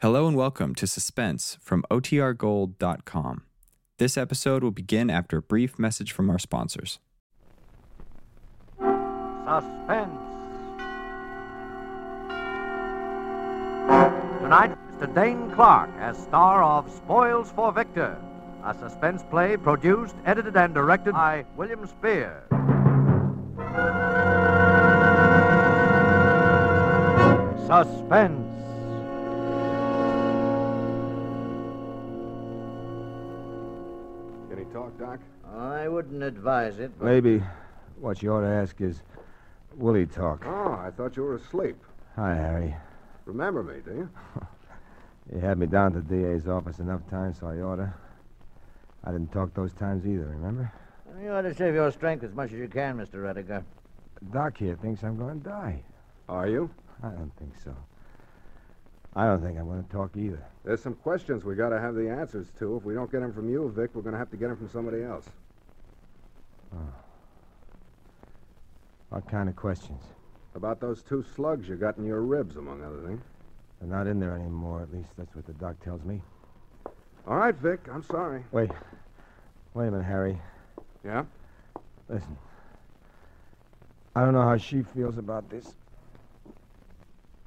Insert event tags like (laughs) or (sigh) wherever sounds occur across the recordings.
Hello and welcome to Suspense from OTRGold.com. This episode will begin after a brief message from our sponsors. Suspense. Tonight, Mr. Dane Clark as star of Spoils for Victor, a suspense play produced, edited, and directed by William Spear. Suspense. Can he talk, Doc? I wouldn't advise it, but Maybe what you ought to ask is, will he talk? Oh, I thought you were asleep. Hi, Harry. Remember me, do you? You had me down to DA's office enough times, so I ought to. I didn't talk those times either, remember? you ought to save your strength as much as you can, Mr. Rediger. Doc here thinks I'm going to die. Are you? I don't think so. I don't think I'm going to talk either. There's some questions we got to have the answers to. If we don't get them from you, Vic, we're going to have to get them from somebody else. What kind of questions? About those two slugs you got in your ribs, among other things. They're not in there anymore, at least that's what the doc tells me. All right, Vic, I'm sorry. Wait. Wait a minute, Harry. Yeah? Listen. I don't know how she feels about this.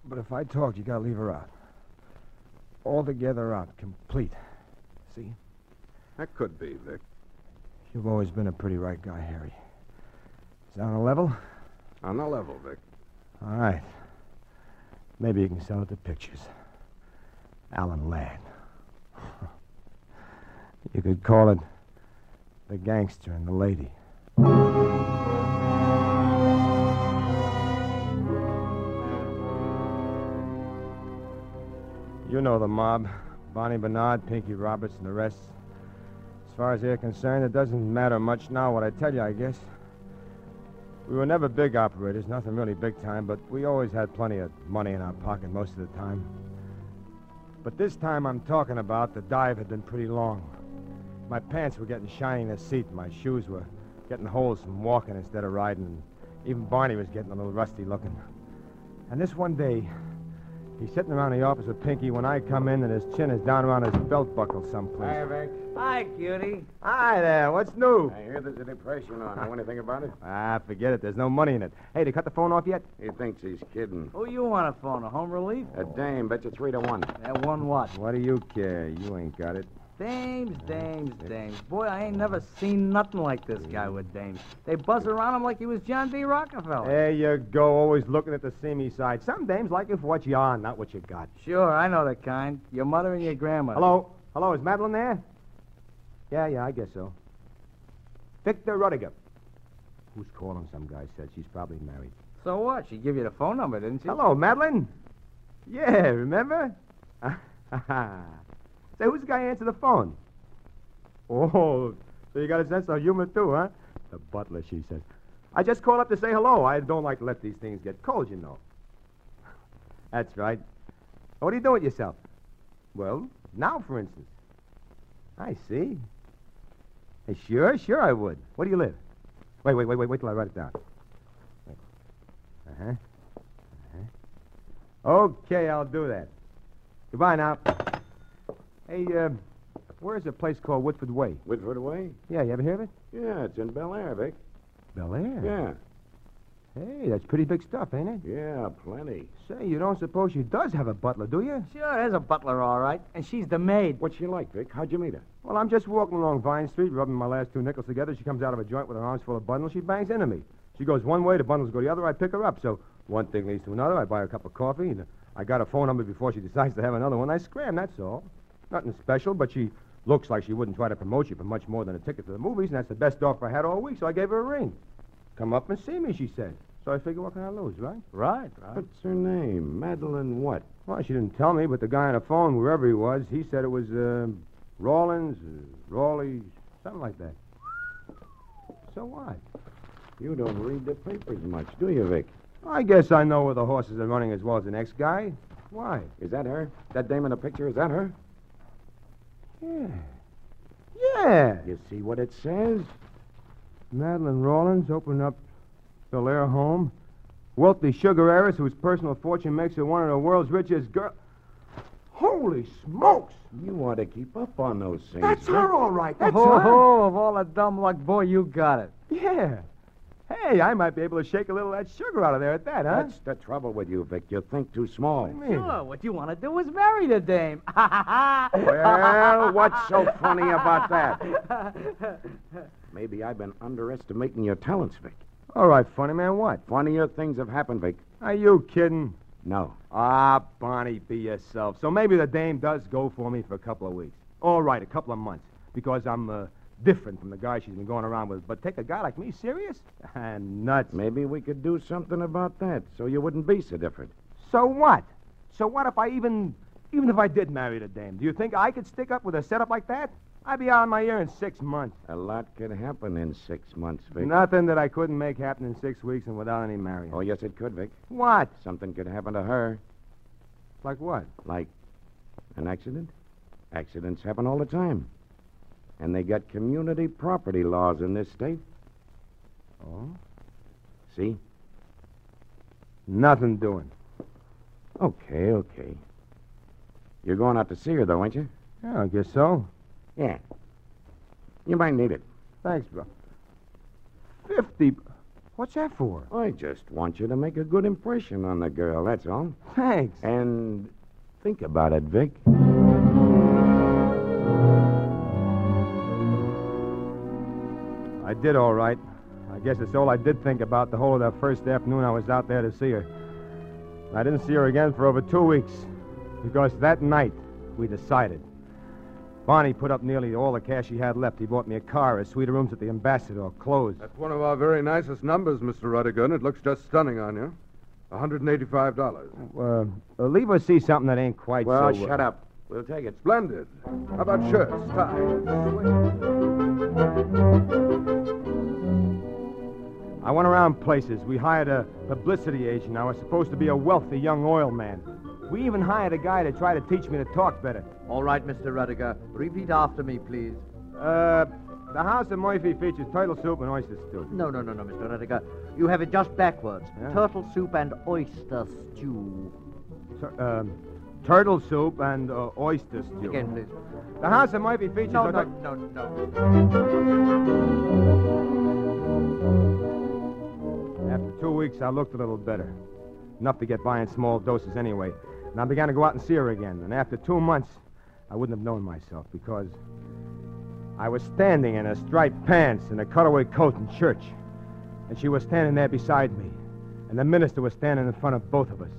But if I talk, you gotta leave her out. Altogether out, complete. See? That could be, Vic. You've always been a pretty right guy, Harry. Sound a level? On the level, Vic. All right. Maybe you can sell it to pictures. Alan Ladd. (laughs) you could call it The Gangster and the Lady. You know the mob Bonnie Bernard, Pinky Roberts, and the rest. As far as they're concerned, it doesn't matter much now what I tell you, I guess. We were never big operators, nothing really big time, but we always had plenty of money in our pocket most of the time. But this time I'm talking about, the dive had been pretty long. My pants were getting shiny in the seat, my shoes were getting holes from walking instead of riding, and even Barney was getting a little rusty looking. And this one day, he's sitting around the office with Pinky when I come in, and his chin is down around his belt buckle someplace. Vic. Hi, cutie. Hi there, what's new? hear there's a depression on. Know anything about it? Ah, forget it, there's no money in it. Hey, they cut the phone off yet? He thinks he's kidding. Who you want to phone? A home relief? A dame, bet you three to one. That one what? What do you care? You ain't got it. Dames, dames, dames. Boy, I ain't never seen nothing like this guy with dames. They buzz around him like he was John D. Rockefeller. There you go, always looking at the seamy side. Some dames like you for what you are, not what you got. Sure, I know the kind. Your mother and your grandmother. Hello? Hello, is Madeline there? Yeah, yeah, I guess so. Victor Rudiger. Who's calling? Some guy said she's probably married. So what? She give you the phone number, didn't she? Hello, Madeline. Yeah, remember? (laughs) Say, who's the guy answer the phone? Oh, so you got a sense of humor too, huh? The butler, she says. I just called up to say hello. I don't like to let these things get cold, you know. (laughs) That's right. What are you doing with yourself? Well, now, for instance. I see. Hey, sure, sure I would. Where do you live? Wait, wait, wait, wait, wait till I write it down. Uh huh. Uh huh. Okay, I'll do that. Goodbye now. Hey, uh, where's a place called Woodford Way? Whitford away? Yeah, you ever hear of it? Yeah, it's in Bel Air, Vic. Bel Air. Yeah. Hey, that's pretty big stuff, ain't it? Yeah, plenty. Say, you don't suppose she does have a butler, do you? Sure, there's a butler, all right. And she's the maid. What's she like, Vic? How'd you meet her? Well, I'm just walking along Vine Street, rubbing my last two nickels together. She comes out of a joint with her arms full of bundles. She bangs into me. She goes one way, the bundles go the other. I pick her up. So one thing leads to another. I buy her a cup of coffee, and I got her phone number before she decides to have another one. I scram, that's all. Nothing special, but she looks like she wouldn't try to promote you for much more than a ticket to the movies, and that's the best offer I had all week, so I gave her a ring. Come up and see me, she said. So I figure, what can I lose, right? Right, right. What's her name? Madeline what? Well, she didn't tell me, but the guy on the phone, wherever he was, he said it was uh, Rawlins, uh, Rawley, something like that. So what? You don't read the papers much, do you, Vic? I guess I know where the horses are running as well as the next guy. Why? Is that her? That dame in the picture, is that her? Yeah. Yeah. You see what it says? Madeline Rawlins opened up the Lair home. Wealthy sugar heiress whose personal fortune makes her one of the world's richest girl. Holy smokes! You ought to keep up on those things. That's her, all right. That's oh, her. oh, of all the dumb luck, boy, you got it. Yeah. Hey, I might be able to shake a little of that sugar out of there at that, huh? That's the trouble with you, Vic. You think too (laughs) small. What do you mean? Sure, what you want to do is marry the dame. Well, what's so funny about that? Maybe I've been underestimating your talents, Vic. All right, funny man, what? Funnier things have happened, Vic. Are you kidding? No. Ah, Bonnie, be yourself. So maybe the dame does go for me for a couple of weeks. All right, a couple of months, because I'm uh, different from the guy she's been going around with. But take a guy like me serious? (laughs) And nuts. Maybe we could do something about that so you wouldn't be so different. So what? So what if I even, even if I did marry the dame? Do you think I could stick up with a setup like that? I'd be out of my ear in six months. A lot could happen in six months, Vic. Nothing that I couldn't make happen in six weeks and without any marrying. Oh, yes, it could, Vic. What? Something could happen to her, Like what? like an accident. Accidents happen all the time. And they got community property laws in this state. Oh. See? Nothing doing. Okay, okay. You're going out to see her, though, ain't you? Yeah, I guess so. Yeah. You might need it. Thanks, bro. Fifty. What's that for? I just want you to make a good impression on the girl, that's all. Thanks. And think about it, Vic. I did all right. I guess it's all I did think about the whole of that first afternoon I was out there to see her. I didn't see her again for over two weeks because that night we decided. Bonnie put up nearly all the cash he had left. He bought me a car, a suite of rooms at the Ambassador, clothes. That's one of our very nicest numbers, Mr. Ruddigan. It looks just stunning on you. $185. Uh, uh, leave her see something that ain't quite Well, so. uh, shut up. We'll take it. uh, Splendid. How about shirts, ties? I went around places. We hired a publicity agent. I was supposed to be a wealthy young oil man. We even hired a guy to try to teach me to talk better. All right, Mr. Rudiger. Repeat after me, please. Uh, the house of Murphy features turtle soup and oyster stew. No, no, no, no, Mr. Rudiger. You have it just backwards. Yeah. Turtle soup and oyster stew. Tur- um, turtle soup and uh, oyster stew. Again, please. The house of Murphy features. No, no, no, no. After two weeks, I looked a little better. Enough to get by in small doses anyway. And I began to go out and see her again. And after two months, I wouldn't have known myself because I was standing in her striped pants and a cutaway coat in church. And she was standing there beside me. And the minister was standing in front of both of us.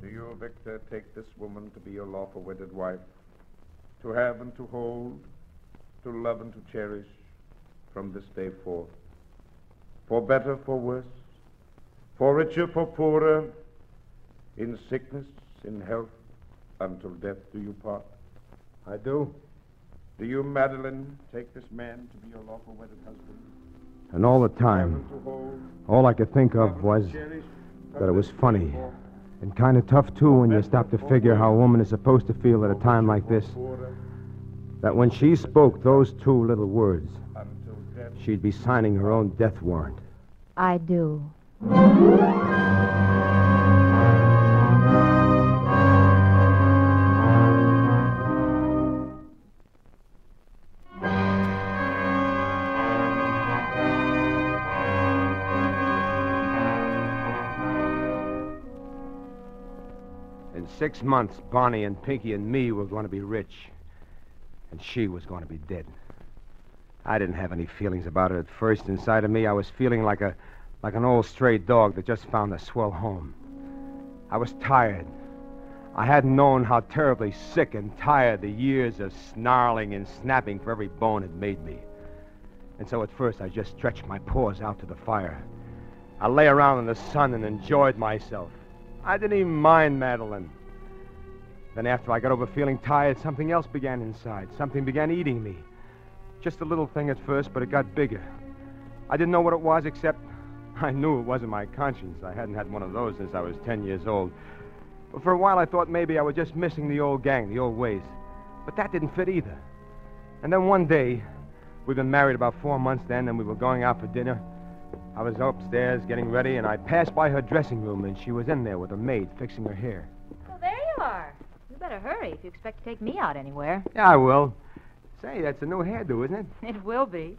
Do you, Victor, take this woman to be your lawful wedded wife? To have and to hold, to love and to cherish from this day forth? For better, for worse, for richer, for poorer, in sickness, in health, until death do you part? I do. Do you, Madeline, take this man to be your lawful wedded husband? And all the To have time, and to hold, all I could think love and of to was cherish from that it this was day funny. forth, And kind of tough, too, when you stop to figure how a woman is supposed to feel at a for time richer, like for this. poorer, That when she spoke those two little words, Until death she'd be signing her own death warrant. I do. In six months, Bonnie and Pinky and me were going to be rich. And she was going to be dead. I didn't have any feelings about her at first. Inside of me, I was feeling like a like an old stray dog that just found a swell home. I was tired. I hadn't known how terribly sick and tired the years of snarling and snapping for every bone had made me. And so at first I just stretched my paws out to the fire. I lay around in the sun and enjoyed myself. I didn't even mind Madeline. Then, after I got over feeling tired, something else began inside. Something began eating me. Just a little thing at first, but it got bigger. I didn't know what it was, except I knew it wasn't my conscience. I hadn't had one of those since I was 10 years old. But for a while, I thought maybe I was just missing the old gang, the old ways. But that didn't fit either. And then one day, we'd been married about four months then, and we were going out for dinner. I was upstairs getting ready, and I passed by her dressing room, and she was in there with a maid fixing her hair. Well, there you are. You better hurry if you expect to take me out anywhere. (laughs) Yeah, I will. Say, that's a new hairdo, isn't it? It will be.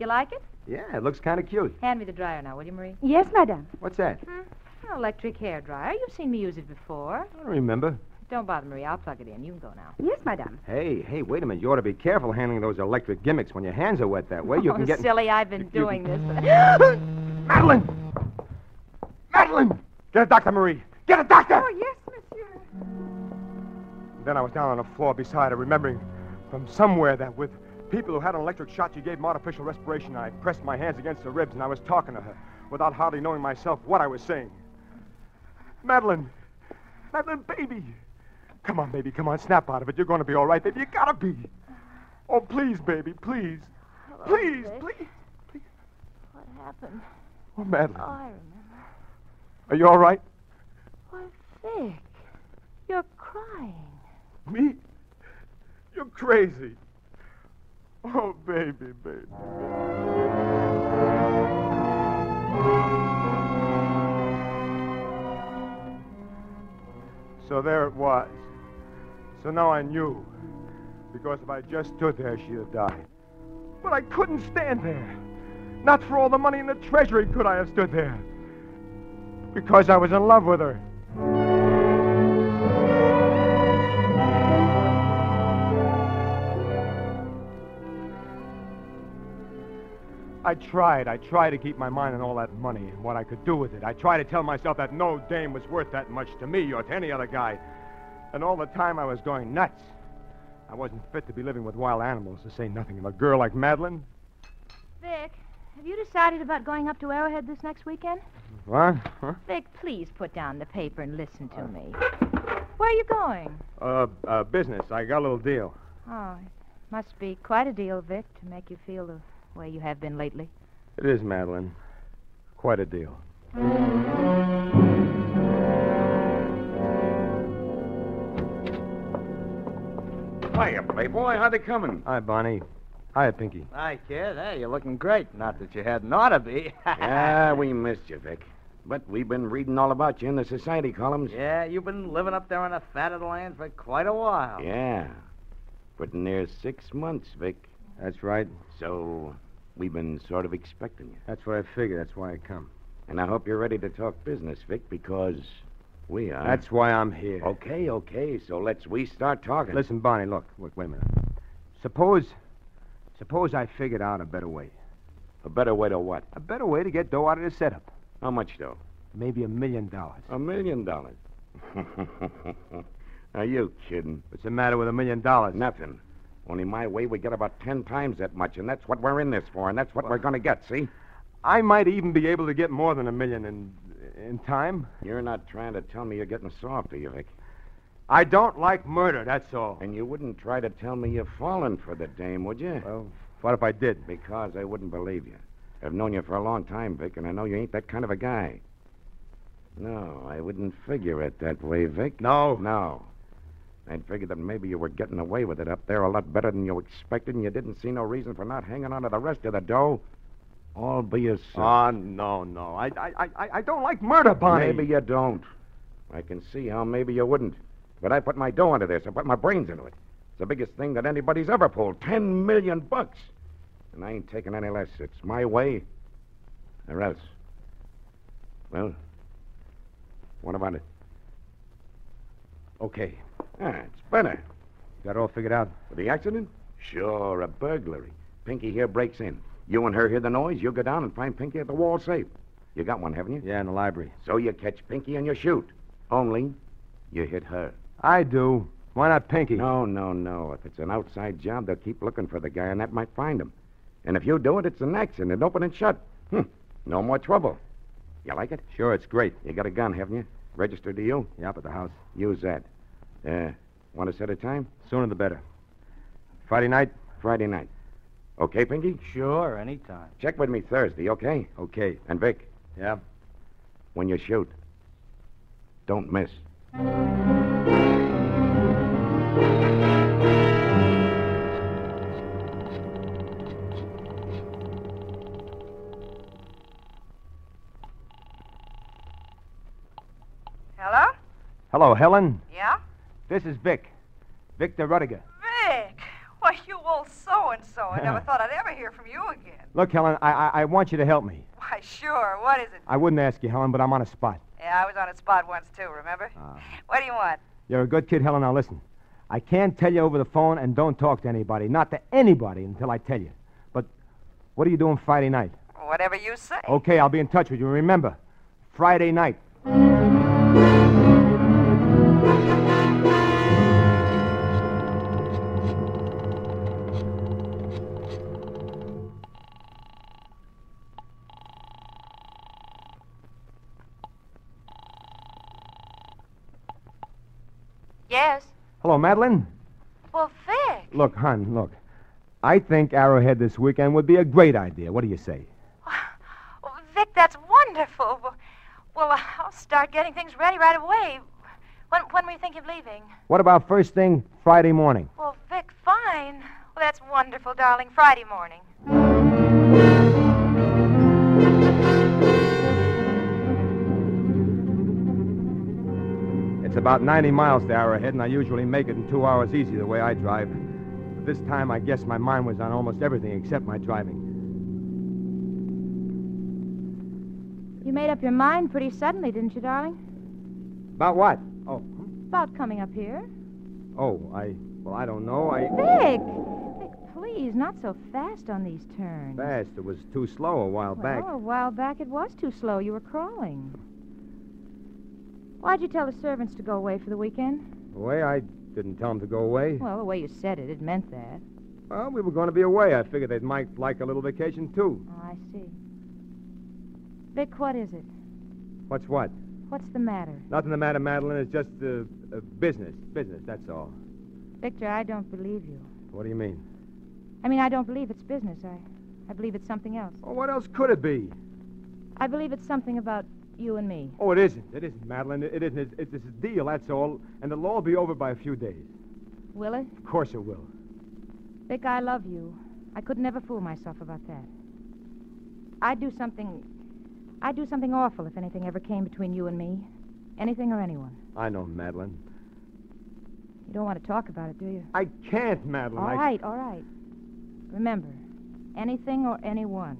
You like it? Yeah, it looks kind of cute. Hand me the dryer now, will you, Marie? Yes, madame. What's that? An electric hair dryer. You've seen me use it before. I don't remember. Don't bother, Marie. I'll plug it in. You can go now. Yes, madame. Hey, hey, wait a minute. You ought to be careful handling those electric gimmicks when your hands are wet that way. You (laughs) oh, can get. (laughs) silly. I've been doing this. (laughs) Madeline! Madeline! Get a doctor, Marie. Get a doctor! Oh, yes, monsieur. Then I was down on the floor beside her, remembering from somewhere that with people who had an electric shock, you gave them artificial respiration. I pressed my hands against her ribs and I was talking to her without hardly knowing myself what I was saying. Madeline! Madeline, baby! Come on, baby, come on, snap out of it. You're going to be all right, baby. You gotta be. Oh, please, baby, please. Please, Dick. please. What happened? Oh, Madeline, I remember. are you all right? Why, Vic, you're crying. Me? You're crazy. Oh, baby, baby. So there it was. So now I knew. Because if I just stood there, she'd have died. But I couldn't stand there. Not for all the money in the treasury could I have stood there. Because I was in love with her. I tried. I tried to keep my mind on all that money and what I could do with it. I tried to tell myself that no dame was worth that much to me or to any other guy. And all the time I was going nuts. I wasn't fit to be living with wild animals, to say nothing of a girl like Madeline. Vic, have you decided about going up to Arrowhead this next weekend? What? Huh? Vic, please put down the paper and listen to me. Where are you going? Uh, uh, business. I got a little deal. Oh, it must be quite a deal, Vic, to make you feel the way you have been lately. It is, Madeline. Quite a deal. Hiya, playboy. How they coming? Hi, Bonnie. Hi, Pinky. Hi, kid. Hey, you're looking great. Not that you hadn't ought to be. (laughs) ah, we missed you, Vic. But we've been reading all about you in the society columns. Yeah, you've been living up there on the fat of the land for quite a while. Yeah. Pretty near six months, Vic. That's right. So we've been sort of expecting you. That's what I figured. That's why I come. And I hope you're ready to talk business, Vic, because we are. That's why I'm here. okay, okay. So let's we start talking. Listen, Bonnie, look, look, wait a minute. Suppose, suppose I figured out a better way. a better way to what? A better way to get dough out of the setup. How much though? Maybe a million dollars. A million dollars. (laughs) Are you kidding? What's the matter with a million dollars? Nothing. Only my way, we get about ten times that much, and that's what we're in this for, and that's what we're going to get. See? I might even be able to get more than a million in, in time. You're not trying to tell me you're getting soft, are you, Vic? I don't like murder, that's all. And you wouldn't try to tell me you've fallen for the dame, would you? Well, what if I did? Because I wouldn't believe you. I've known you for a long time, Vic, and I know you ain't that kind of a guy. No, I wouldn't figure it that way, Vic. No. No. I'd figured that maybe you were getting away with it up there a lot better than you expected, and you didn't see no reason for not hanging on to the rest of the dough. All be yourself. Oh, no, no. I, I, I- I, I don't like murder, Bonnie. Maybe you don't. I can see how maybe you wouldn't. But I put my dough into this. I put my brains into it. It's the biggest thing that anybody's ever pulled. Ten million bucks. And I ain't taking any less. It's my way or else. Well, what about it? Okay. Ah, it's better. Got it all figured out? With the accident? Sure, a burglary. Pinky here breaks in. You and her hear the noise. You go down and find Pinky at the wall safe. You got one, haven't you? Yeah, in the library. So you catch Pinky and you shoot. Only, you hit her. I do. Why not Pinky? No, no, no. If it's an outside job, they'll keep looking for the guy, and that might find him. And if you do it, it's an accident, open and shut. Hmm. No more trouble. You like it? Sure, it's great. You got a gun, haven't you? Registered to you? Yeah, up at the house. Use that. Uh, want to set a time? Sooner the better. Friday night? Friday night. Okay, Pinky? Sure, anytime. Check with me Thursday, okay? Okay. And Vic, Yeah? when you shoot, don't miss. Hello? Hello, Helen. Yeah? This is Vic. Victor Rudiger. Vic! Why, you old so and so. I (laughs) never thought I'd ever hear from you again. Look, Helen, I, I, I want you to help me. Why, sure. What is it? I wouldn't ask you, Helen, but I'm on a spot. Yeah, I was on a spot once, too, remember? Ah. what do you want? You're a good kid, Helen. Now listen. I can't tell you over the phone, and don't talk to anybody. Not to anybody until I tell you. But what are you doing Friday night? Whatever you say. Oh. Okay, I'll be in touch with you. Remember, Friday night. Yes. Hello, Madeline. Well, Vic. Look, hon, look. I think Arrowhead this weekend would be a great idea. What do you say? Oh, Vic, that's wonderful. Well, Well, I'll start getting things ready right away. When, when were you thinking of leaving? What about first thing Friday morning? Well, Vic, fine. Well, that's wonderful, darling. Friday morning. It's about 90 miles to Arrowhead, and I usually make it in two hours easy the way I drive. But this time, I guess my mind was on almost everything except my driving. You made up your mind pretty suddenly, didn't you, darling? About what? Oh, About coming up here. oh, I. Well, I don't know. I. Vic! Vic, please, not so fast on these turns. Fast. It was too slow a while back. Well, a while back it was too slow. You were crawling. Why'd you tell the servants to go away for the weekend? The way I didn't tell them to go away. Well, the way you said it, it meant that. Well, we were going to be away. I figured they might like a little vacation, too. Oh, I see. Vic, what is it? What's what? What's the matter? Nothing the matter, Madeline. It's just uh, uh, business. Business, that's all. Victor, I don't believe you. What do you mean? I mean, I don't believe it's business. I, I believe it's something else. Oh, what else could it be? I believe it's something about you and me. Oh, it isn't. It isn't, Madeline. It, it isn't. It's, it's a deal, that's all. And the law will be over by a few days. Will it? Of course it will. Vic, I love you. I could never fool myself about that. I'd do something. I'd do something awful if anything ever came between you and me. Anything or anyone. I know, Madeline. You don't want to talk about it, do you? I can't, Madeline. All I... right, all right. Remember, anything or anyone.